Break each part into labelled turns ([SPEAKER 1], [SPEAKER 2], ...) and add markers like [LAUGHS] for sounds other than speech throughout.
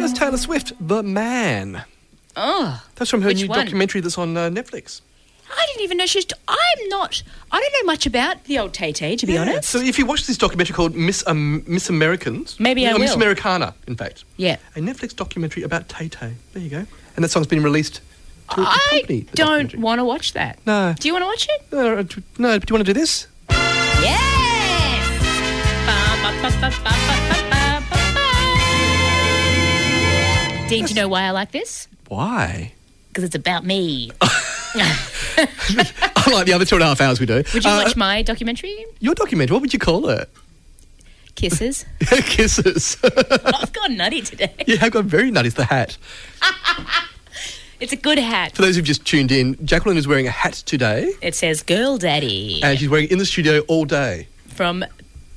[SPEAKER 1] That's Taylor Swift, The Man.
[SPEAKER 2] Oh,
[SPEAKER 1] That's from her
[SPEAKER 2] Which
[SPEAKER 1] new
[SPEAKER 2] one?
[SPEAKER 1] documentary that's on uh, Netflix.
[SPEAKER 2] I didn't even know she's. I'm not. I don't know much about the old Tay Tay, to be honest.
[SPEAKER 1] So if you watch this documentary called Miss um, Miss Americans,
[SPEAKER 2] Maybe I
[SPEAKER 1] or Miss
[SPEAKER 2] will.
[SPEAKER 1] Americana, in fact,
[SPEAKER 2] yeah.
[SPEAKER 1] a Netflix documentary about Tay Tay. There you go. And that song's been released. To accompany
[SPEAKER 2] I
[SPEAKER 1] the
[SPEAKER 2] don't
[SPEAKER 1] documentary.
[SPEAKER 2] want to watch that.
[SPEAKER 1] No.
[SPEAKER 2] Do you want to watch it?
[SPEAKER 1] No, no, do you want to do this?
[SPEAKER 2] Yes. Dean, do you know why I like this?
[SPEAKER 1] Why? [LAUGHS]
[SPEAKER 2] Because it's about me. [LAUGHS]
[SPEAKER 1] Unlike the other two and a half hours we do.
[SPEAKER 2] Would you
[SPEAKER 1] Uh,
[SPEAKER 2] watch my documentary,
[SPEAKER 1] your documentary? What would you call it? [LAUGHS]
[SPEAKER 2] Kisses?
[SPEAKER 1] Kisses.
[SPEAKER 2] [LAUGHS]
[SPEAKER 1] [LAUGHS]
[SPEAKER 2] I've gone nutty today.
[SPEAKER 1] you have got very nutty. It's the hat.
[SPEAKER 2] It's a good hat.
[SPEAKER 1] For those who've just tuned in, Jacqueline is wearing a hat today,
[SPEAKER 2] It says "Girl Daddy"
[SPEAKER 1] and she's wearing it in the studio all day.
[SPEAKER 2] from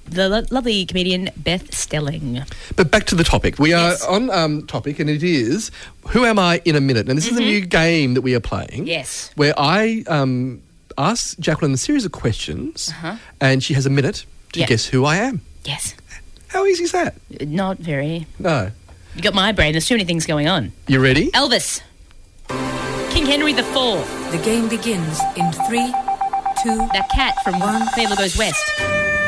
[SPEAKER 2] the lo- lovely comedian Beth Stelling.
[SPEAKER 1] But back to the topic. We are
[SPEAKER 2] Yes.
[SPEAKER 1] on um, topic, and it is Who Am I in a Minute? And this
[SPEAKER 2] Mm-hmm.
[SPEAKER 1] is a new game that we are playing.
[SPEAKER 2] Yes.
[SPEAKER 1] Where I um, ask Jacqueline a series of questions, and she has a minute to
[SPEAKER 2] Uh-huh. Yeah.
[SPEAKER 1] guess who I am.
[SPEAKER 2] Yes.
[SPEAKER 1] How easy is that?
[SPEAKER 2] Not very.
[SPEAKER 1] No.
[SPEAKER 2] You got my brain. There's too many things going on.
[SPEAKER 1] You ready?
[SPEAKER 2] Elvis. King Henry the Fourth.
[SPEAKER 3] The game begins in three, two.
[SPEAKER 2] That cat from
[SPEAKER 3] One.
[SPEAKER 2] Fable Goes West.